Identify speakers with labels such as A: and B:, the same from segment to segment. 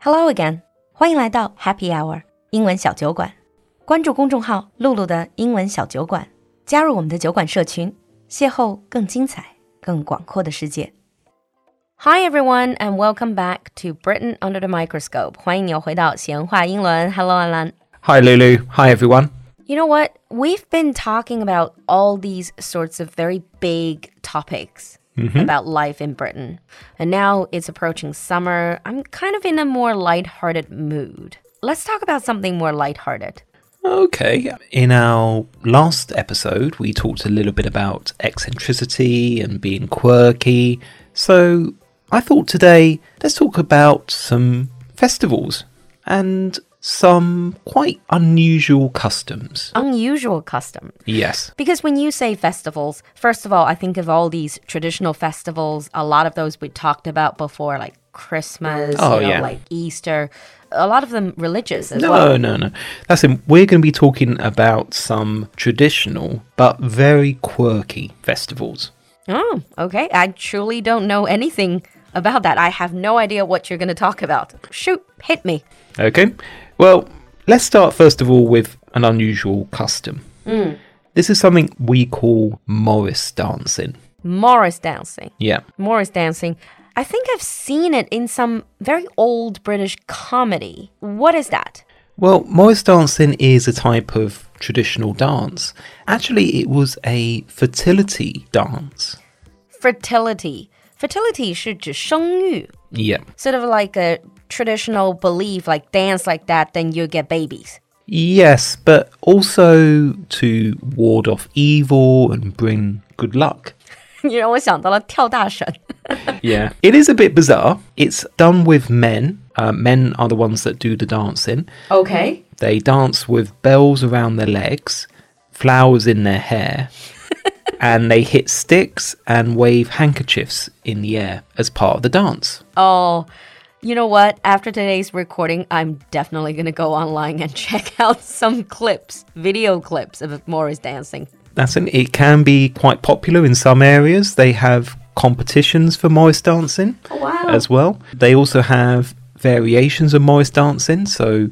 A: Hello again，欢迎来到 Happy Hour 英文小酒馆。关注公众号“露露的英文小酒馆”，加入我们的酒馆社群，邂逅更精彩、更广阔的世界。Hi everyone and welcome back to Britain under the microscope。欢迎你又回到闲话英伦。Hello 安兰。
B: Hi, Lulu. Hi, everyone.
A: You know what? We've been talking about all these sorts of very big topics
B: Mm-hmm.
A: about life in Britain. And now it's approaching summer. I'm kind of in a more lighthearted mood. Let's talk about something more lighthearted.
B: Okay. In our last episode, we talked a little bit about eccentricity and being quirky. So I thought today let's talk about some festivals and some quite unusual customs.
A: Unusual customs.
B: Yes.
A: Because when you say festivals, first of all, I think of all these traditional festivals, a lot of those we talked about before, like Christmas,
B: Oh,
A: you know,
B: yeah.
A: like Easter, a lot of them religious as
B: No,
A: well.
B: no, no. That's it. We're going to be talking about some traditional but very quirky festivals.
A: Oh, okay. I truly don't know anything about that. I have no idea what you're going to talk about. Shoot, hit me.
B: Okay. Well, let's start first of all with an unusual custom. This is something we call Morris dancing.
A: Morris dancing.
B: Yeah.
A: Morris dancing. I think I've seen it in some very old British comedy. What is that?
B: Well, Morris dancing is a type of traditional dance. Actually, it was a fertility dance.
A: Fertility. Fertility 是指生育,
B: Yeah.
A: sort of like a traditional belief, like dance like that, then you get babies.
B: Yes, but also to ward off evil and bring good luck.
A: 你让我想到了跳大神。
B: Yeah. It is a bit bizarre. It's done with men. Uh, men are the ones that do the dancing.
A: Okay.
B: They dance with bells around their legs, flowers in their hair, and they hit sticks and wave handkerchiefs in the air as part of the dance.
A: Oh, you know what? After today's recording, I'm definitely going to go online and check out some clips, video clips of Morris dancing.
B: That's an, it can be quite popular in some areas. They have competitions for Morris dancing
A: wow.
B: as well. They also have variations of Morris dancing. So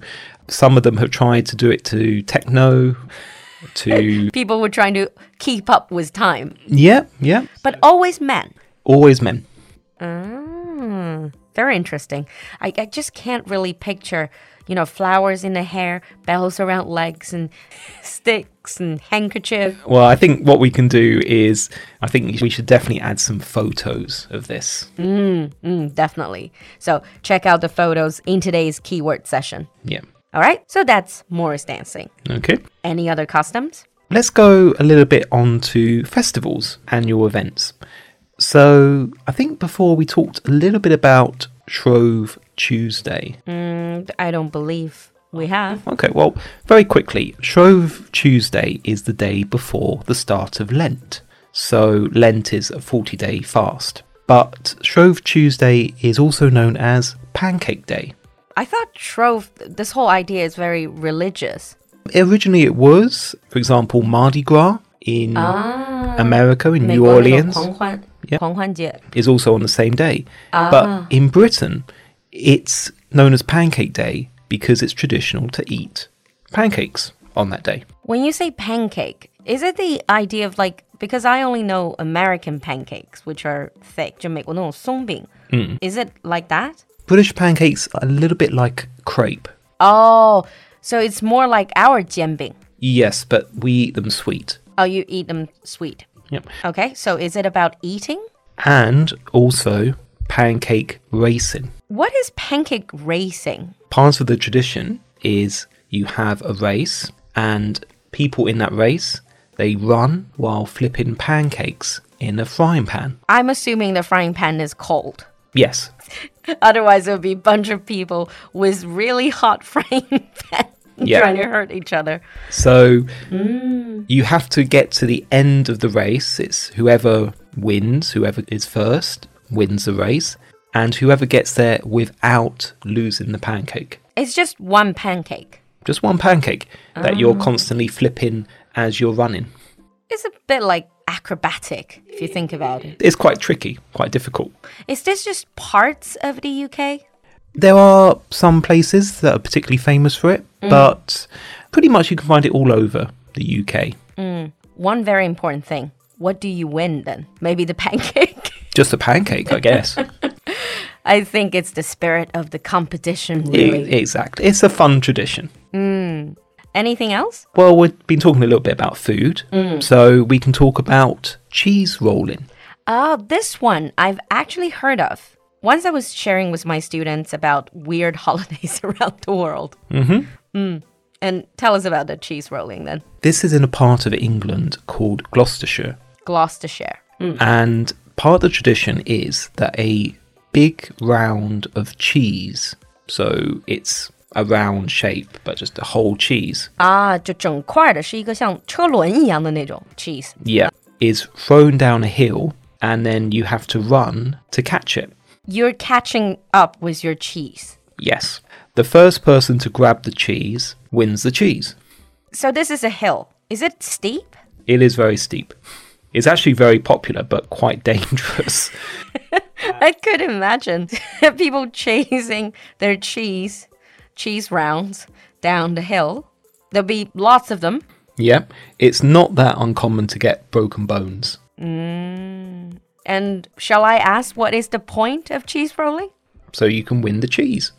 B: some of them have tried to do it to techno, to
A: People were trying to keep up with time,
B: yeah, yeah.
A: but always men.
B: Always men.
A: Mm, very interesting. I, I just can't really picture, you know, flowers in the hair, bells around legs, and sticks and handkerchief.
B: Well, I think what we can do is, I think we should definitely add some photos of this.
A: Mm, definitely. So check out the photos in today's keyword session.
B: Yeah.
A: All right. So that's Morris dancing.
B: Okay.
A: Any other customs?
B: Let's go a little bit on to festivals, annual events. So I think before we talked a little bit about Shrove Tuesday.
A: Mm, I don't believe we have.
B: Okay, well, very quickly, Shrove Tuesday is the day before the start of Lent. So Lent is a 40 day fast. But Shrove Tuesday is also known as Pancake Day.
A: I thought Shrove, this whole idea is very religious.
B: Originally, it was, for example, Mardi Gras in America, in New Orleans, Yeah.
A: 狂欢节.
B: is also on the same day. But in Britain, it's known as Pancake Day because it's traditional to eat pancakes on that day.
A: When you say pancake, is it the idea of like, because I only know American pancakes, which are thick, 就美国那种松饼.
B: Mm.
A: Is it like that?
B: British pancakes are a little bit like crepe.
A: Oh, so it's more like our jianbing.
B: Yes, but we eat them sweet.
A: Oh, you eat them sweet.
B: Yep.
A: Okay, so is it about eating?
B: And also pancake racing.
A: What is pancake racing?
B: part of the tradition is you have a race and people in that race they run while flipping pancakes in a frying pan
A: I'm assuming the frying pan is cold.
B: yes
A: Otherwise, it would be a bunch of people with really hot frying pan
B: Yeah.
A: trying to hurt each other.
B: so you have to get to the end of the race it's whoever wins whoever is first wins the race and whoever gets there without losing the pancake
A: It's just one pancake.
B: just one pancake that you're constantly flipping as you're running
A: It's a bit like acrobatic if you think about it.
B: it's quite tricky quite difficult
A: Is this just parts of the UK?
B: There are some places that are particularly famous for it,
A: Mm.
B: but pretty much you can find it all over the UK.
A: One very important thing. What do you win then? Maybe the pancake?
B: Just a pancake, I guess.
A: I think it's the spirit of the competition, really.
B: E- exactly. It's a fun tradition.
A: Anything else?
B: Well, we've been talking a little bit about food,
A: Mm.
B: so we can talk about cheese rolling.
A: Oh, this one I've actually heard of. Once I was sharing with my students about weird holidays around the world. Mm-hmm. And tell us about the cheese rolling then.
B: This is in a part of England called Gloucestershire.
A: Gloucestershire.
B: And part of the tradition is that a big round of cheese, so it's a round shape, but just a whole cheese,
A: Ah, 啊，就整块的是一个像车轮一样的那种 cheese。
B: yeah, is thrown down a hill and then you have to run to catch it.
A: You're catching up with your cheese.
B: Yes. The first person to grab the cheese wins the cheese.
A: So this is a hill. Is it steep?
B: It is very steep. It's actually very popular, but quite dangerous.
A: I could imagine people chasing their cheese, cheese rounds down the hill. There'll be lots of them.
B: yeah. It's not that uncommon to get broken bones.
A: And shall I ask what is the point of cheese rolling?
B: So you can win the cheese.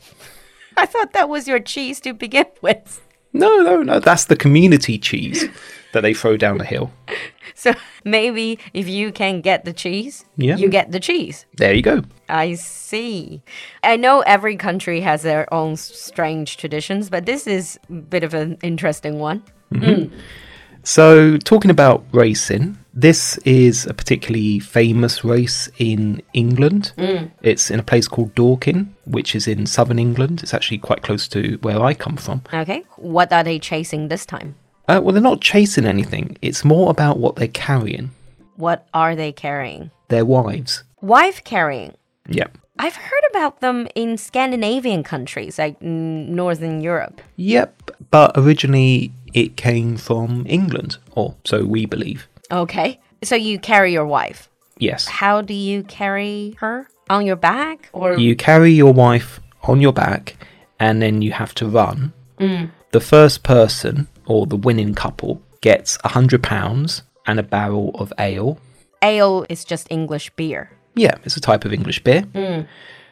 A: I thought that was your cheese to begin with.
B: No, no, no. That's the community cheese that they throw down the hill.
A: So maybe if you can get the cheese,
B: Yeah.
A: you get the cheese.
B: There you go.
A: I see. I know every country has their own s- strange traditions, but this is a bit of an interesting one.
B: So, talking about racing, this is a particularly famous race in England. It's in a place called Dorking, which is in southern England. It's actually quite close to where I come from.
A: Okay. What are they chasing this time?
B: Uh, well, they're not chasing anything, it's more about what they're carrying
A: What are they carrying?
B: their wives.
A: Wife carrying.
B: Yeah.
A: I've heard about them in Scandinavian countries like mm, Northern Europe.
B: Yep. But originally, it came from England, or so we believe.
A: Okay. So you carry your wife.
B: Yes.
A: How do you carry her? On your back or
B: You carry your wife on your back, and then you have to run. The first person or the winning couple gets a hundred pounds and a barrel of ale.
A: ale is just English beer.
B: Yeah, it's a type of English beer.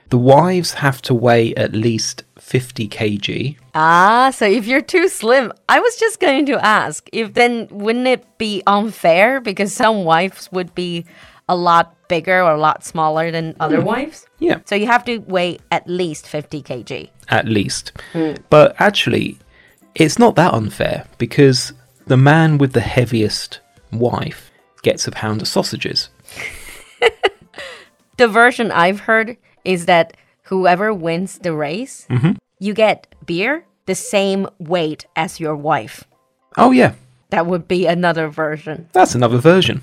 B: The wives have to weigh at least fifty kg.
A: Ah, so if you're too slim, I was just going to ask if then wouldn't it be unfair because some wives would be a lot bigger or a lot smaller than other wives?
B: Yeah,
A: So you have to weigh at least 50 kg.
B: at least. But actually, it's not that unfair because the man with the heaviest wife gets a pound of sausages.
A: The version I've heard is that whoever wins the race, you get beer the same weight as your wife.
B: Oh yeah,
A: That would be another version.
B: That's another version.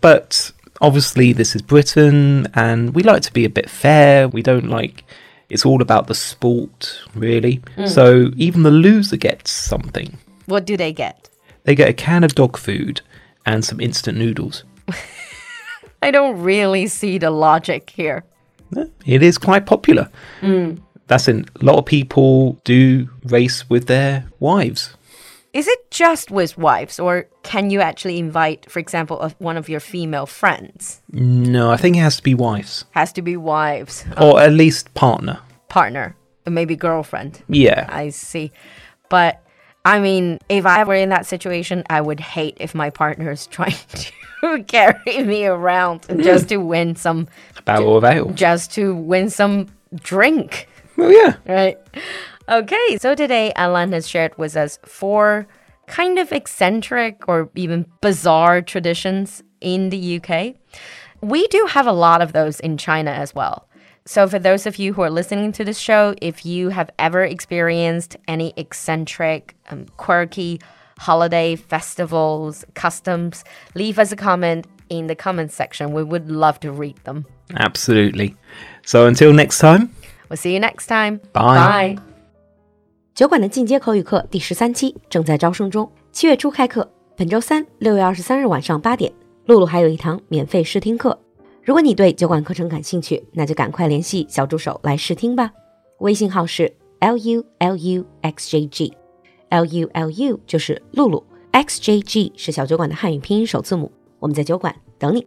B: But obviously, this is Britain, and we like to be a bit fair. We don't like it's all about the sport, really. So even the loser gets something.
A: What do they get?
B: They get a can of dog food and some instant noodles.
A: I don't really see the logic here.
B: It is quite popular. That's in a lot of people do race with their wives.
A: Is it just with wives, or can you actually invite, for example, of one of your female friends?
B: No, I think it has to be wives
A: Has to be wives,
B: or at least partner.
A: partner, or maybe girlfriend.
B: Yeah.
A: I see. But I mean, if I were in that situation, I would hate if my partner is trying to carry me around just to win some,
B: A barrel of ale.
A: just to win some drink.
B: Well, yeah.
A: Right. Okay. So today, Alan has shared with us four kind of eccentric or even bizarre traditions in the UK. We do have a lot of those in China as well. So, for those of you who are listening to this show, if you have ever experienced any eccentric, um, quirky holiday festivals, customs, leave us a comment in the comments section. We would love to read them.
B: Absolutely. So until next time,
A: We'll see you next time.
B: Bye.
A: Bye.
C: 酒馆的进阶口语课第十三期正在招生中，七月初开课，本周三六月二十三日晚上八点，露露还有一堂免费试听课。如果你对酒馆课程感兴趣，那就赶快联系小助手来试听吧。微信号是 l u l u x j g。L U L U 就是露露，X J G 是小酒馆的汉语拼音首字母。我们在酒馆等你。